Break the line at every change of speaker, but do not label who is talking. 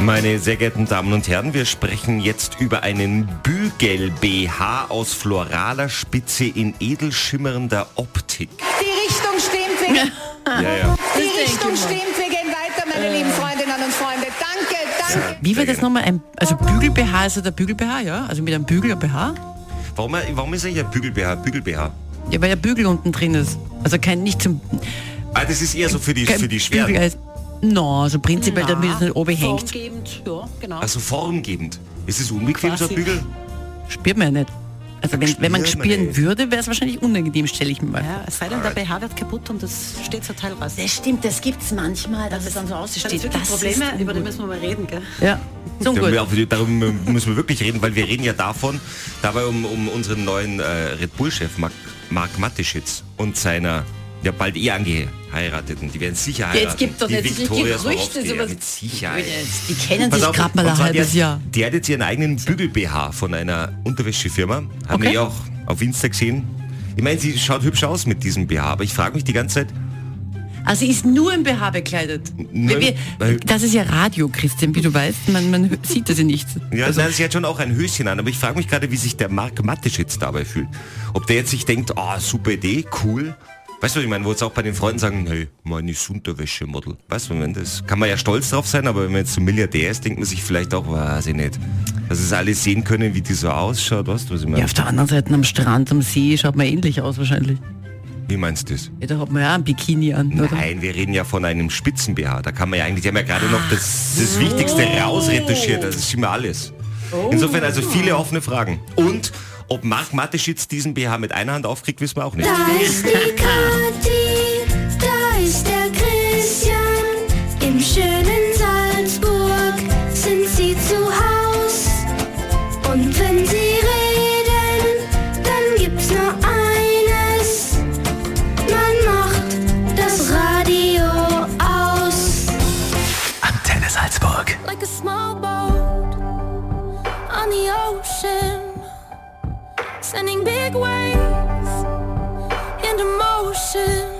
Meine sehr geehrten Damen und Herren, wir sprechen jetzt über einen Bügel-BH aus floraler Spitze in edelschimmernder Optik.
Die Richtung stimmt, wir gehen,
Ja,
Ah.
ja.
die
denke ich Äh.
Richtung
mal.
stimmt, wir gehen weiter, meine lieben Freundinnen und Freunde. Danke, danke.
Wie war das nochmal? Ein, also Bügel-BH ist ja der Bügel-BH, ja? Also mit einem Bügel ein BH?
Warum, warum ist eigentlich ein Bügel-BH? Bügel-BH.
Ja, weil der Bügel unten drin ist. Also kein, nicht zum...
Ah, das ist eher so für die,
Kein
für die Schweren.
Bügel als- No, also prinzipiell, damit es nicht oben hängt.
Formgebend, ja, genau.
Also formgebend. Ist es unbequem, so ein
Quasi.
Bügel?
Spürt man ja nicht. Also wenn, wenn man
Spürt man
spüren
nicht.
würde, wäre es wahrscheinlich unangenehm, stelle ich mir mal.
Ja, es sei denn, der BH wird kaputt und das steht zur Teil raus.
Das stimmt, das gibt es manchmal, dass es dann so
Das sind
aussteht.
wirklich Probleme, über die müssen wir mal reden, gell?
Ja, so
Ja, wir-
gut.
auf- Darüber müssen wir wirklich reden, weil wir reden ja davon, dabei um, um unseren neuen äh, Red Bull-Chef, Mark, Mark Mateschitz und seiner ja bald eh angeheirateten. Die werden sicher heiraten.
Jetzt gibt doch
die
jetzt nicht
Viktoria
Gerüchte,
Swarovski, ja,
sowas.
mit Sicherheit.
Die kennen
Pass
sich
auf,
gerade mal
und
ein
zwar, die
halbes
hat-
Jahr.
Die hat jetzt ihren eigenen Bügel-BH von einer Unterwäschefirma. Haben
Okay.
wir ja auch auf Insta gesehen. Ich meine, sie schaut hübsch aus mit diesem BH, aber ich frage mich die ganze Zeit,
Also sie ist nur im BH bekleidet.
Nur
Wir,
im- weil-
wir, das ist ja Radio, Christian, wie du weißt. Man, man hö- sieht das ja nicht. Also,
Ja, nein, sie hat schon auch ein Höschen an, aber ich frage mich gerade, wie sich der Marc Mattisch jetzt dabei fühlt. Ob der jetzt sich denkt, ah, super Idee, cool. Weißt du, was ich meine, wo jetzt auch bei den Freunden sagen, hey, meine ist Unterwäschemodel. Weißt du, wenn das kann man ja stolz drauf sein, aber wenn man jetzt so Milliardär ist, denkt man sich vielleicht auch, weiß ich nicht, dass es alle sehen können, wie die so ausschaut, weißt du, was ich meine?
Ja, auf der anderen Seite am Strand, am See schaut man ähnlich aus wahrscheinlich.
Wie meinst du das?
Ja, da hat man ja ein Bikini an, oder?
Nein, wir reden ja von einem Spitzen-BH. Da kann man ja eigentlich, die haben ja gerade noch das, das Wichtigste rausretuschiert. Das ist immer alles. Insofern also viele offene Fragen. Und ob Marc Mateschitz diesen BH mit einer Hand aufkriegt, wissen wir auch nicht.
Da ist die Kathi, da ist der Christian. Im schönen Salzburg sind sie zu Haus. Und wenn sie reden, dann gibt's nur eines. Man macht das Radio aus.
Antenne Salzburg.
Like a small boat on the ocean, sending big waves into motion.